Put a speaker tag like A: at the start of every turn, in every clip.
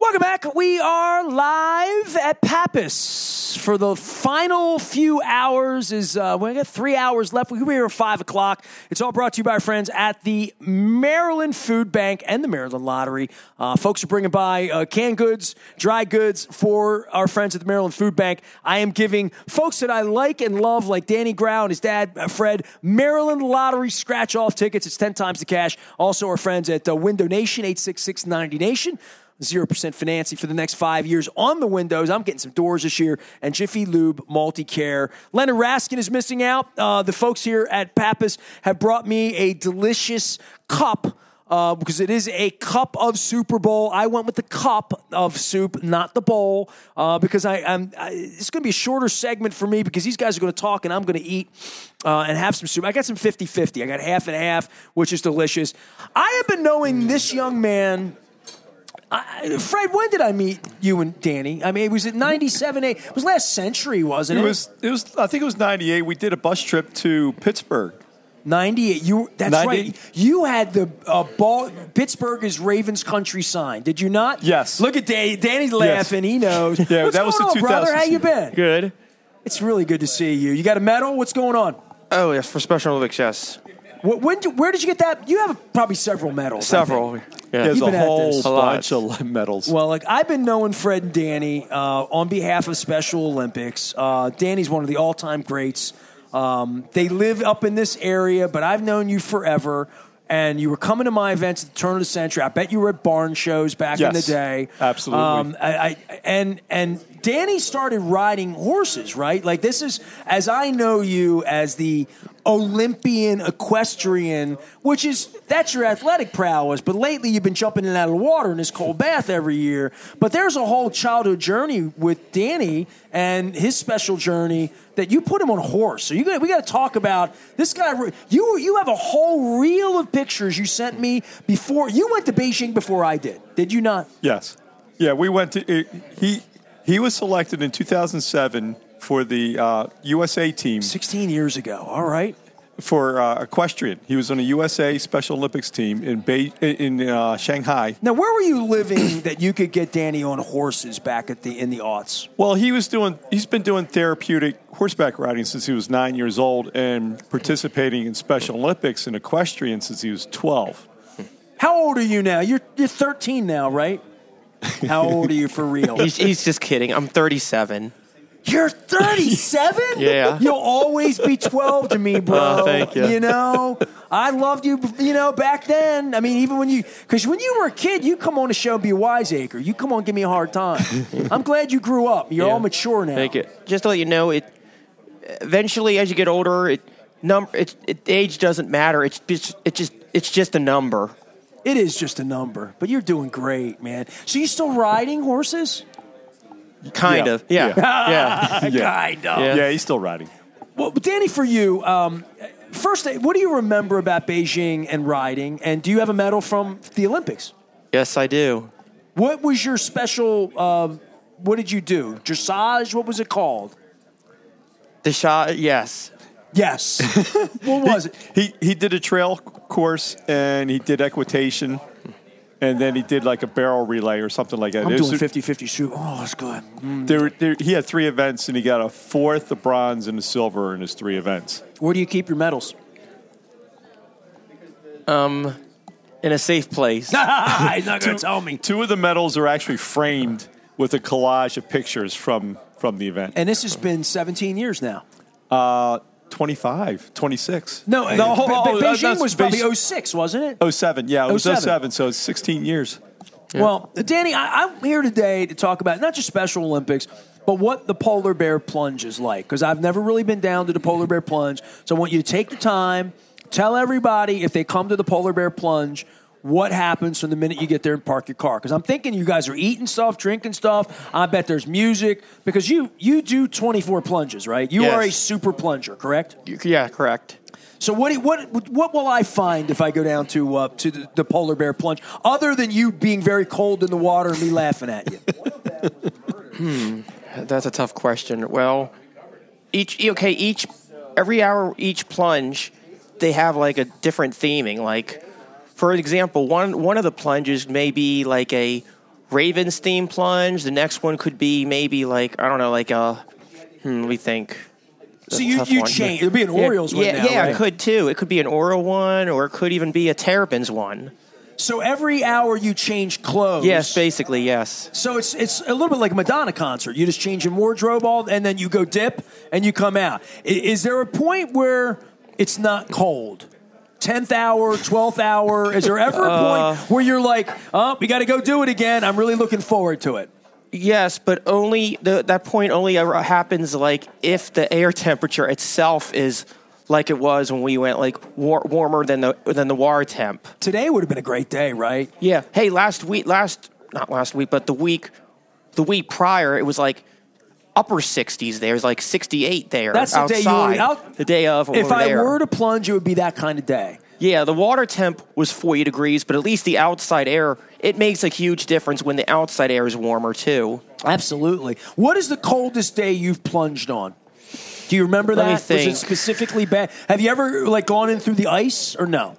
A: Welcome back. We are live at Pappas for the final few hours. Is uh, we got three hours left. We'll be here at five o'clock. It's all brought to you by our friends at the Maryland Food Bank and the Maryland Lottery. Uh, folks are bringing by uh, canned goods, dry goods for our friends at the Maryland Food Bank. I am giving folks that I like and love, like Danny Grau and his dad uh, Fred, Maryland Lottery scratch off tickets. It's ten times the cash. Also, our friends at uh, Window Nation eight six six ninety Nation. 0% financing for the next five years on the windows. I'm getting some doors this year. And Jiffy Lube Multi Care. Leonard Raskin is missing out. Uh, the folks here at Pappas have brought me a delicious cup. Uh, because it is a cup of Super Bowl. I went with the cup of soup, not the bowl, uh, because I, I'm. I, it's going to be a shorter segment for me because these guys are going to talk and I'm going to eat uh, and have some soup. I got some 50 50. I got half and half, which is delicious. I have been knowing this young man. I, Fred, when did I meet you and Danny? I mean, it was at 97, 8. It was last century, wasn't it?
B: It was. It was. I think it was '98. We did a bus trip to Pittsburgh.
A: 98. You, that's
B: 90.
A: right. You had the uh, ball. Pittsburgh is Ravens country sign. Did you not?
B: Yes.
A: Look at Danny. Danny's laughing. He knows.
B: Yeah,
A: What's
B: that was
A: going on,
B: the
A: brother?
B: 2000
A: How you
B: season.
A: been?
C: Good.
A: It's really good to see you. You got a medal? What's going on?
C: Oh, yes, for Special Olympics, yes.
A: What, when? do- where did you get that? You have probably several medals. I think.
C: Several. Yeah.
B: There's
A: You've been
B: a
A: at
B: whole
A: this.
C: A lot.
B: bunch of medals.
A: Well, like I've been knowing Fred and Danny uh, on behalf of Special Olympics. Uh, Danny's one of the all-time greats. Um, they live up in this area, but I've known you forever. And you were coming to my events at the turn of the century. I bet you were at barn shows back in
B: Yes,
A: the day. Um,
B: absolutely.
A: I, I, and and Danny started riding horses, right? Like this is as I know you as the Olympian equestrian, which is that's your athletic prowess. But lately, you've been jumping in and out of the water in this cold bath every year. But there's a whole childhood journey with Danny and his special journey that you put him on a horse. So you got, we got to talk about this guy. You you have a whole reel of pictures you sent me before you went to Beijing before I did. Did you not?
B: Yes. Yeah, we went to it, he. He was selected in 2007 for the uh, USA team
A: 16 years ago. All right.
B: for uh, equestrian. He was on a USA Special Olympics team in Bay, in uh, Shanghai.
A: Now, where were you living that you could get Danny on horses back at the in the aughts?
B: Well, he was doing. He's been doing therapeutic horseback riding since he was nine years old, and participating in Special Olympics and equestrian since he was 12.
A: How old are you now? You're you're 13 now, right? How old are you for real?
C: He's, he's just kidding. I'm 37.
A: You're 37?
C: Yeah.
A: You'll always be 12 to me, bro.
C: Oh, thank you.
A: You know, I loved you, you know, back then. I mean, even when you, because when you were a kid, you come on the show and be a wiseacre. You come on, and give me a hard time. I'm glad you grew up. You're
C: Yeah.
A: all mature now.
C: Thank you. Just to let you know, it eventually as you get older, it number it, it age doesn't matter. It's just it just it's just a number.
A: It is just a number, but you're doing great, man. So you still riding horses?
C: Kind
B: Yeah.
C: of. Yeah. Yeah.
A: Kind of.
C: Yeah.
B: Yeah, he's still riding.
A: Well, Danny, for you, um, first, what do you remember about Beijing and riding? And do you have a medal from the Olympics?
C: yes, I do.
A: What was your special? Um, what did you do? Dressage? What was it called?
C: The shot yes.
A: Yes. what was it?
B: He he did a trail course and he did equitation, and then he did like a barrel relay or something like that.
A: I'm
B: It was-
A: doing 50 50 shoot. Oh, that's good. Mm.
B: there were- there- he had three events and he got a fourth, a bronze, and a silver in his three events.
A: Where do you keep your medals?
C: In a safe place.
A: He's not going to tell me.
B: Two of the medals are actually framed with a collage of pictures from from the event.
A: And this has been 17 years now.
B: Uh, 25, 26.
A: No,
B: no,
A: no
B: oh, oh, oh,
A: Beijing
B: that's
A: was probably
B: Beijing-
A: 06, wasn't it?
B: 07. Yeah, it was
A: 07.
B: 07, so it's 16 years.
A: Well, Danny, I, I'm here today to talk about not just Special Olympics, but what the polar bear plunge is like. Because I've never really been down to the polar bear plunge. So I want you to take your time, tell everybody if they come to the polar bear plunge, what happens from the minute you get there and park your car. Because I'm thinking you guys are eating stuff, drinking stuff. I bet there's music. Because you you do 24 plunges, right? You
C: Yes.
A: are a super plunger, correct?
C: yeah, correct.
A: So what do- what what will I find if I go down to uh, to the, the polar bear plunge other than you being very cold in the water and me laughing at you?
C: That's a tough question. Well, each e, okay, each every hour, each plunge, they have like a different theming. Like, for example, one one of the plunges may be like a Ravens theme plunge. The next one could be maybe like I don't know, like uh, hmm, we think.
A: So you,
C: tough
A: you
C: one.
A: change. It'd be an Orioles
C: yeah,
A: one now.
C: yeah,
A: right?
C: it could too. It could be an Oro one, or it could even be a Terrapins one.
A: So every hour you change clothes.
C: Yes, basically, yes.
A: So it's it's a little bit like a Madonna concert. You just change your wardrobe all, and then you go dip and you come out. I- Is there a point where it's not cold? Tenth hour, twelfth hour. Is there ever a
C: Uh.
A: point where you're like, oh, we got to go do it again? I'm really looking forward to it.
C: Yes, but only the, that point only ever happens like if the air temperature itself is like it was when we went like war, warmer than the than the war temp.
A: Today would have been a great day, right?
C: Yeah. Hey, last week, last not last week, but the week, the week prior, it was like upper 60s. There it was like 68 there.
A: That's the day
C: outside,
A: you were out-
C: The day of.
A: if I
C: there.
A: were to plunge, it would be that kind of day.
C: Yeah, the water temp was 40 degrees, but at least the outside air, it makes a huge difference when the outside air is warmer too.
A: Absolutely. What is the coldest day you've plunged on? Do you remember
C: Let me
A: that? Was it
C: think.
A: specifically bad? Have you ever like gone in through the ice or no?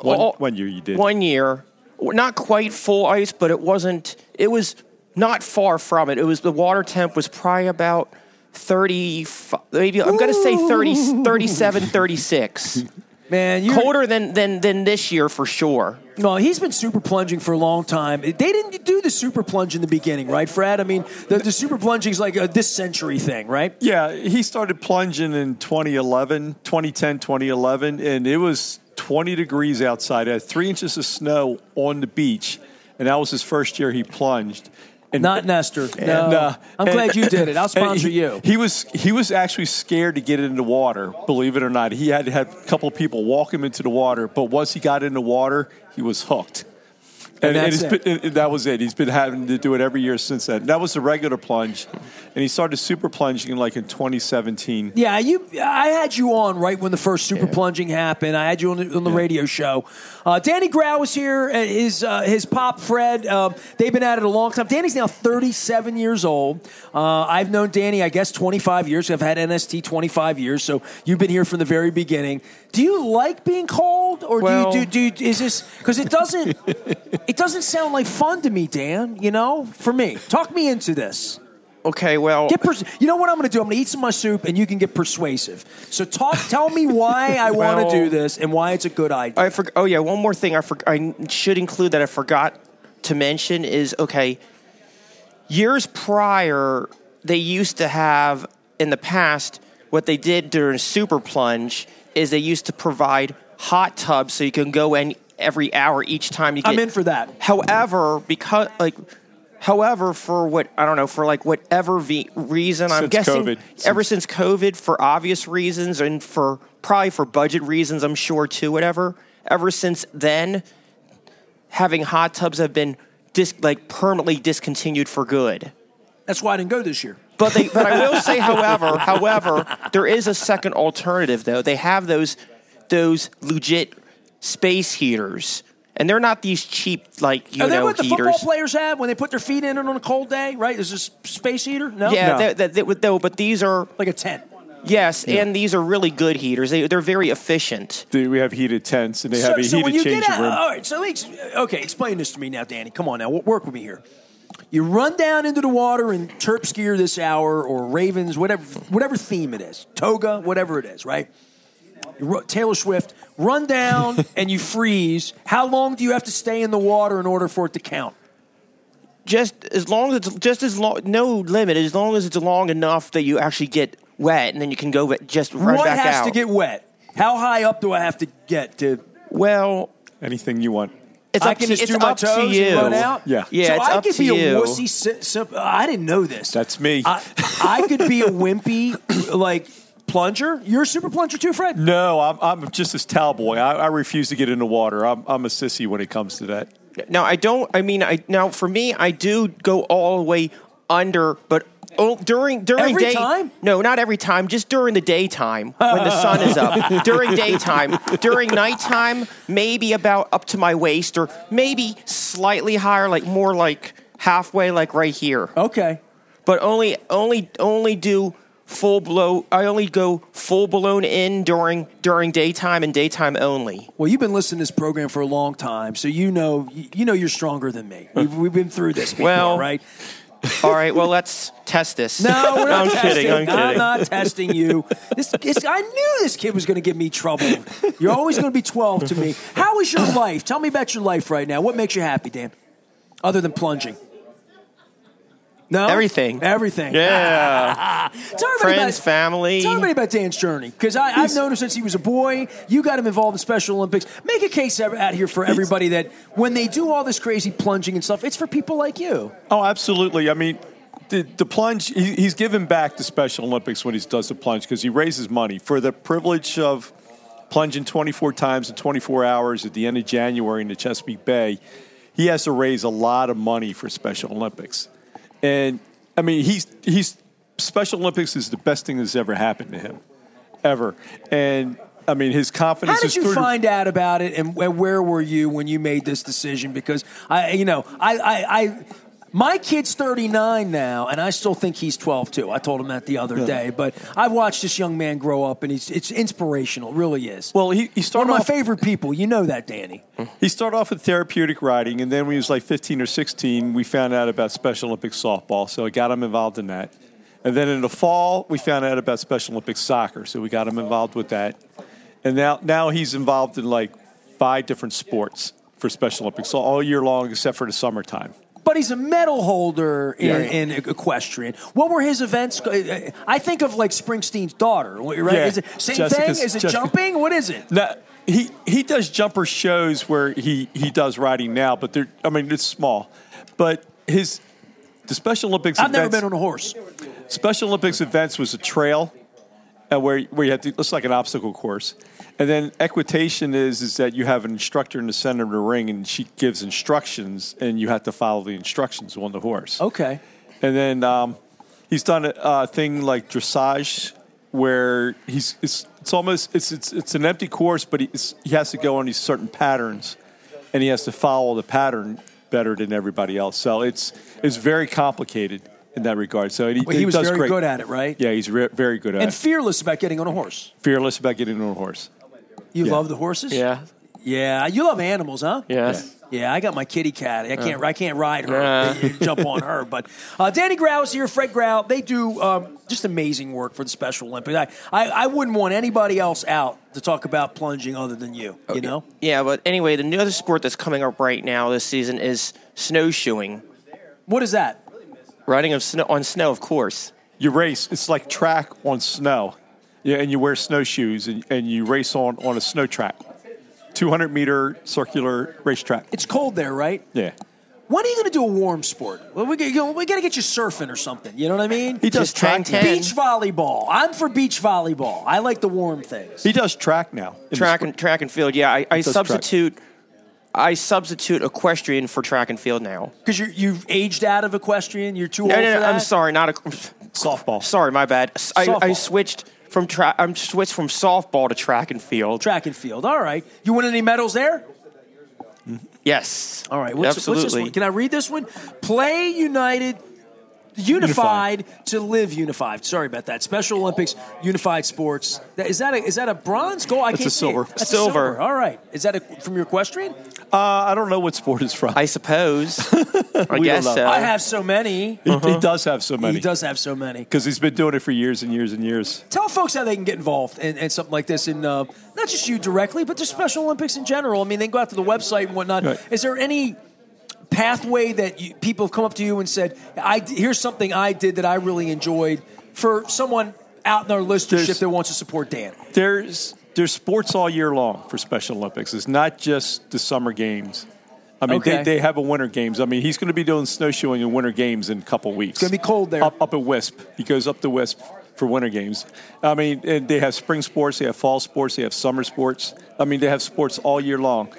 B: One,
C: Oh,
B: one year you did.
C: One year, not quite full ice, but it wasn't. It was not far from it. It was the water temp was probably about 30, maybe I'm gonna say 30, 37, 36.
A: Man, you
C: Colder than than than this year for sure.
A: No, he's been super plunging for a long time. They didn't do the super plunge in the beginning, right, Fred? I mean, the, the super plunging is like a this century thing, right?
B: Yeah, he started plunging in 2011, 2010, 2011, and it was 20 degrees outside. It had three inches of snow on the beach, and that was his first year he plunged. And
A: Not Nestor. No,
B: and, uh,
A: I'm
B: and-
A: glad you did it. I'll
B: and
A: sponsor
B: he-
A: you.
B: He was he was actually scared to get in the water. Believe it or not, he had to have a couple of people walk him into the water. But once he got in the water, he was hooked. And,
A: And
B: it's
A: that's
B: been- and that was it. He's been having to do it every year since then. That was the regular plunge, and he started super plunging like in 2017.
A: Yeah, you. I had you on right when the first super plunging happened. I had you on the, on the radio show. Uh, Danny Grau was here. uh, His uh, his pop Fred. Um, they've been at it a long time. Danny's now 37 years old. Uh, I've known Danny, I guess, 25 years. I've had NST 25 years, so you've been here from the very beginning. Do you like being cold, or
C: Well-
A: do you do, do is this because it doesn't it doesn't sound like fun to me, Dan? You know, for me, talk me into this.
C: Okay, well,
A: Get pers- you know what I'm going to do? I'm going to eat some of my soup, and you can get persuasive. So talk, tell me why I want to
C: Well-
A: do this and why it's a good idea.
C: I forgot. Oh yeah, one more thing. I for- I should include that I forgot to mention is okay. Years prior, they used to have in the past what they did during Super Plunge is they used to provide hot tubs so you can go in every hour each time you. Get,
A: I'm in for that.
C: However, because like. However, for what I don't know, for like whatever ve- reason, I'm
B: Since
C: guessing
B: COVID.
C: ever since COVID, for obvious reasons and for probably for budget reasons, I'm sure too. Whatever. Ever since then, having hot tubs have been dis- like permanently discontinued for good.
A: That's why I didn't go this year.
C: But they, but I will say, however, however, there is a second alternative though. They have those those legit space heaters, and they're not these cheap like you
A: Are they
C: know
A: what the
C: heaters.
A: football players have when they put their feet in it on a cold day? Right? Is this space heater? Oh, No.
C: Yeah,
B: No.
C: that that- that would- though, but these are
A: Like a tent.
C: yes, and these are really good heaters. They they're very efficient.
B: Dude, we have heated tents and they
A: So,
B: have a
A: so when
B: heated
A: you get
B: changing
A: out, oh.
B: room.
A: all right. So ex- okay, explain this to me now, Danny. Come on now, wo- work with me here. You run down into the water in Terps gear this hour, or Ravens, whatever, whatever theme it is, toga, whatever it is, right? You ru- Taylor Swift, run down and you freeze. How long do you have to stay in the water in order for it to count?
C: Just as long as it's just as long, no limit. As long as it's long enough that you actually get wet, and then you can go wet- just run
A: what
C: back
A: has
C: out.
A: to get wet? How high up do I have to get to?
C: well,
B: Anything you want.
C: it's
A: I
C: up
A: can
C: to,
A: just
C: it's
A: do my
C: up to
A: toes and
C: you.
A: run out.
B: Yeah.
C: yeah.
A: so
C: it's
A: I
C: up
A: could
C: to
A: be
C: you.
A: a wussy. si- simp- I didn't know this.
B: That's me.
A: I, I could be a wimpy like plunger. You're a super plunger too, Fred.
B: no, I'm, I'm just this towel boy. I, I refuse to get in the water. I'm, I'm a sissy when it comes to that.
C: Now I don't. I mean, I now for me, I do go all the way under, but oh, during during
A: Every
C: day
A: time?
C: No, not every time. Just during the daytime when the sun is up. during daytime, during nighttime, maybe about up to my waist, or maybe slightly higher, like more like halfway, like right here.
A: Okay.
C: But only only only do full blow. I only go full blown in during during daytime and daytime only.
A: Well, you've been listening to this program for a long time, so you know you know you're stronger than me. We've, we've been through this before,
C: Well-
A: right?
C: All right, well let's test this.
A: No, we're not
C: I'm
A: testing.
C: kidding. I'm kidding.
A: not testing you. This, this, I knew this kid was going to give me trouble. You're always going to be 12 to me. How is your life? Tell me about your life right now. What makes you happy, Dan? Other than plunging. No?
C: Everything.
A: Everything.
C: Yeah,
A: Tell everybody
C: friends,
A: about-
C: family.
A: Tell everybody about Dan's journey because I've known him since he was a boy. You got him involved in Special Olympics. Make a case ev- out here for everybody that when they do all this crazy plunging and stuff, it's for people like you.
B: Oh, absolutely. I mean, the, the plunge, he, he's given back to Special Olympics when he does the plunge because he raises money for the privilege of plunging 24 times in 24 hours at the end of January in the Chesapeake Bay. He has to raise a lot of money for Special Olympics. And I mean, he's, he's Special Olympics is the best thing that's ever happened to him, ever. And I mean, his confidence
A: How did
B: is
A: you
B: through the-
A: find out about it, and wh- where were you when you made this decision? Because I, you know, I, I, I my kid's 39 now, and I still think he's 12 too. I told him that the other day, but I've watched this young man grow up, and he's it's inspirational, It really is.
B: Well, he, he
A: One
B: started
A: of my
B: off-
A: favorite people, you know that, Danny.
B: He started off with therapeutic riding, and then when he was like 15 or 16, we found out about Special Olympics softball, so I got him involved in that. And then in the fall, we found out about Special Olympics soccer, so we got him involved with that. And now, now he's involved in like five different sports for Special Olympics, so all year long except for the summertime.
A: But he's a medal holder in,
B: Yeah.
A: in equestrian. What were his events? Uh, I think of like Springsteen's daughter, right?
B: Yeah.
A: Is it same thing?
B: Jessica's-
A: Is it
B: Jessica-
A: jumping? What is it?
B: Now, he he does jumper shows where he he does riding now, but they're I mean it's small, but his the Special Olympics.
A: I've never
B: events-
A: been on a horse.
B: Special Olympics events was a trail, uh, where where you have to it's like an obstacle course, and then equitation is is that you have an instructor in the center of the ring, and she gives instructions, and you have to follow the instructions on the horse.
A: Okay.
B: And then um, he's done a uh, thing like dressage, where he's it's, it's almost it's, it's it's an empty course, but he, it's, he has to go on these certain patterns, and he has to follow the pattern better than everybody else. So it's it's very complicated in that regard. So he,
A: Well, he was
B: does
A: very
B: great.
A: good at it, right?
B: Yeah, he's re- very good at
A: And
B: it.
A: fearless about getting on a horse.
B: Fearless about getting on a horse.
A: You
B: Yeah.
A: love the horses?
C: yeah.
A: Yeah. You love animals, huh?
C: Yes.
A: Yeah, I got my kitty cat. I can't. I can't ride her.
C: Uh. Yeah.
A: Jump on her. But uh, Danny Grau is here. Fred Grau. They do um, just amazing work for the Special Olympics. I, I, I wouldn't want anybody else out to talk about plunging other than you. You know.
C: Yeah, but anyway, the new other sport that's coming up right now this season is snowshoeing.
A: What is that?
C: Riding of snow on snow, of course.
B: You race. It's like track on snow. Yeah, and you wear snowshoes and, and you race on, on a snow track, 200 meter circular racetrack.
A: It's cold there, right?
B: Yeah.
A: When are you going to do a warm sport? Well, we, you know, we got to get you surfing or something. You know what I mean?
B: He does
C: Just track
B: track. now.
C: ten.
A: Beach volleyball. I'm for beach volleyball. I like the warm things.
B: He does track now. in the
C: Track
B: spring.
C: and track and field. Yeah, I, I
B: does track.
C: substitute. I substitute equestrian for track and field now.
A: Because you you've aged out of equestrian. You're too old
C: No, no,
A: for
C: no,
A: that.
C: I'm sorry, not a.
B: softball.
C: Sorry, my bad. S- I, I
A: Softball.
C: switched from track. I'm switched from softball to track and field.
A: Track and field. All right. You win any medals there?
C: yes.
A: All right. What's,
C: Absolutely.
A: what's this one? Can I read this one? Play United. Unified, to live unified. Sorry about that. Special Olympics, unified sports. That- Is that a, is that a bronze goal? I
B: That's
A: can't
B: a
A: see it.
B: silver.
A: That's a
C: Silver.
A: All right. Is that a, from your equestrian?
B: Uh, I don't know what sport it's from.
C: I suppose. I
B: We
C: guess
B: don't know.
C: so.
A: I have so many.
B: he, he does have so many
A: He does have so many.
B: because he's been doing it for years and years and years.
A: Tell folks how they can get involved in, in something like this, and uh, not just you directly, but just Special Olympics in general. I mean, they can go out to the website and whatnot.
B: Right.
A: Is there any pathway that you, people have come up to you and said, I, d- "Here's something I did that I really enjoyed"? For someone out in our listenership
B: There's-
A: that wants to support Dan,
B: There's there's sports all year long for Special Olympics. It's not just the summer games. I mean,
A: Okay.
B: they, they have a winter games. I mean, he's going to be doing snowshoeing in winter games in a couple weeks. It's
A: gonna be cold there.
B: Up, up at Wisp. He goes up to Wisp for winter games. I mean, and they have spring sports, they have fall sports, they have summer sports. I mean, they have sports all year long.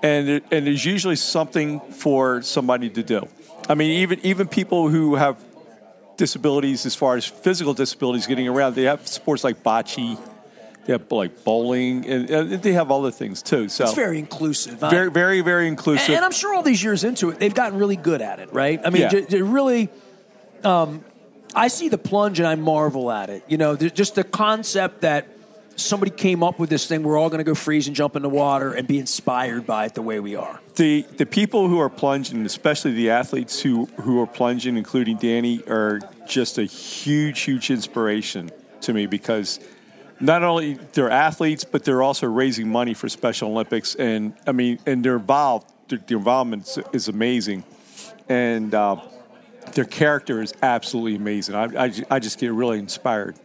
B: And, there, and there's usually something for somebody to do. I mean, even, even people who have disabilities as far as physical disabilities getting around. They have sports like bocce, they have like bowling, and, and they have other things too. So
A: it's very inclusive. huh?
B: Oh. very, very, very
A: And-
B: inclusive.
A: and I'm sure all these years into it, they've gotten really good at it, right? I mean,
B: Yeah.
A: j- j- really. Um, I see the plunge and I marvel at it. You know, th- just the concept that somebody came up with this thing. We're all going to go freeze and jump in the water and be inspired by it the way we are.
B: the the people who are plunging, especially the athletes who who are plunging, including Danny, are just a huge, huge inspiration to me because not only they're athletes, but they're also raising money for Special Olympics, and I mean, and they're involved. Their, their involvement is, is amazing, and uh, their character is absolutely amazing. I, I ju- I just get really inspired.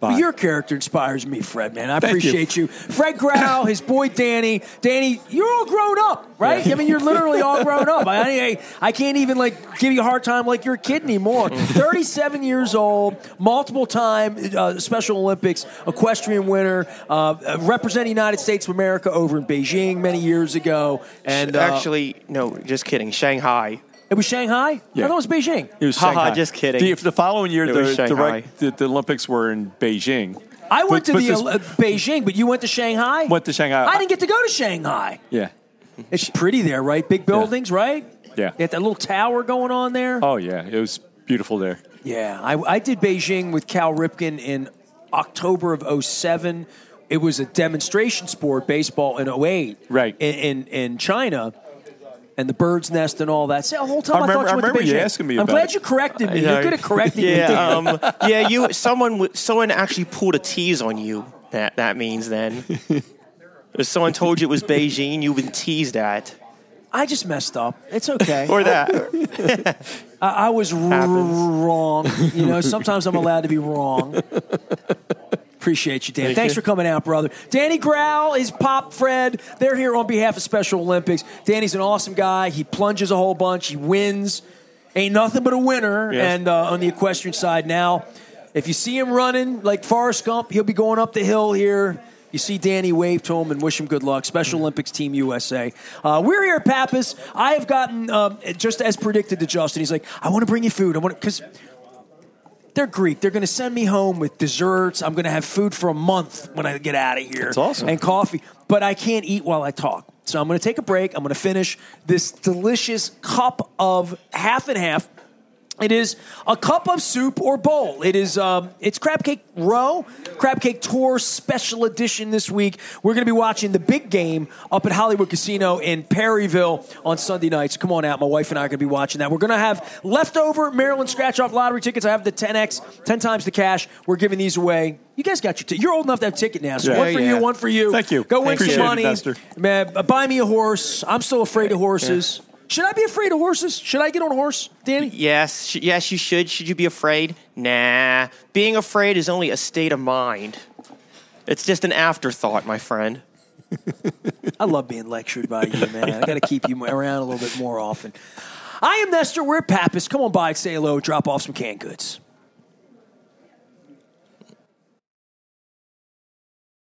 B: By it.
A: Your character inspires me, Fred, man. I
B: Thank you.
A: appreciate you. Fred Grau, his boy Danny. Danny, you're all grown up, right? I mean, you're literally all grown up. I, I, I can't even, like, give you a hard time like you're a kid anymore. 37 years old, multiple time uh, Special Olympics, equestrian winner, uh, representing United States of America over in Beijing many years ago. And uh,
C: Actually, no, just kidding. Shanghai.
A: it was Shanghai?
B: Yeah.
A: I thought it was Beijing.
B: It was
C: Haha,
B: Shanghai.
C: just kidding.
B: The, the following year,
C: It
B: the,
C: was
B: the,
C: Shanghai.
B: rec- the, the Olympics were in Beijing.
A: I went
B: But-
A: to
B: but
A: the
B: this-
A: uh, Beijing, but you went to Shanghai?
B: Went to Shanghai.
A: I didn't get to go to Shanghai.
B: Yeah.
A: It's pretty there, right? Big buildings, right?
B: Yeah.
A: They had that little tower going on there.
B: Oh yeah, it was beautiful there.
A: Yeah. I, I did Beijing with Cal Ripken in October of 07. It was a demonstration sport, baseball, in 08.
B: Right.
A: In, in, in China. And the bird's nest and all that. See, the whole time I,
B: I remember-
A: thought you
B: I
A: went
B: remember
A: to Beijing.
B: you asking me
A: I'm
B: about
A: glad
B: it. Uh,
A: you corrected me. You're good at correcting me. Dan.
C: yeah, um, yeah. You someone w- someone actually pulled a tease on you. That that means then. If someone told you it was Beijing, you've been teased at.
A: I just messed up. It's okay.
C: Or that.
A: I, I was r-
C: Happens.
A: wrong. You know, sometimes I'm allowed to be wrong. Appreciate you, Dan.
C: Thank
A: Thanks
C: you.
A: for coming out, brother. Danny Growl is Pop Fred. They're here on behalf of Special Olympics. Danny's an awesome guy. He plunges a whole bunch. He wins. Ain't nothing but a winner.
B: Yes.
A: And uh, on the equestrian side now, if you see him running like Forrest Gump, he'll be going up the hill here. You see Danny wave to him and wish him good luck. Special
C: Mm-hmm.
A: Olympics Team USA. Uh, we're here at Pappas. I have gotten, um, just as predicted to Justin, he's like, I want to bring you food. I want because they're Greek. They're going to send me home with desserts. I'm going to have food for a month when I get out of here.
B: That's awesome.
A: And coffee. But I can't eat while I talk. So I'm going to take a break. I'm going to finish this delicious cup of half and half. It is a cup of soup or bowl. It is um, it's crab cake row, crab cake tour special edition this week. We're going to be watching the big game up at Hollywood Casino in Perryville on Sunday nights. Come on out, my wife and I are going to be watching that. We're going to have leftover Maryland scratch off lottery tickets. I have the 10x, 10 times the cash. We're giving these away. You guys got your ticket. You're old enough to have ticket now, so
B: Yeah.
A: one for
C: Yeah, yeah.
A: you, one for you.
B: Thank you.
A: Go win
B: Appreciate
A: some
B: it,
A: money,
B: Nestor.
A: man. uh, Buy me a horse. I'm still afraid of horses. Should I be afraid of horses? Should I get on a horse, Danny?
C: Yes, sh- yes, you should. Should you be afraid? Nah. Being afraid is only a state of mind. It's just an afterthought, my friend.
A: I love being lectured by you, man. I got to keep you around a little bit more often. I am Nestor. We're at Pappas. Come on by, say hello, drop off some canned goods.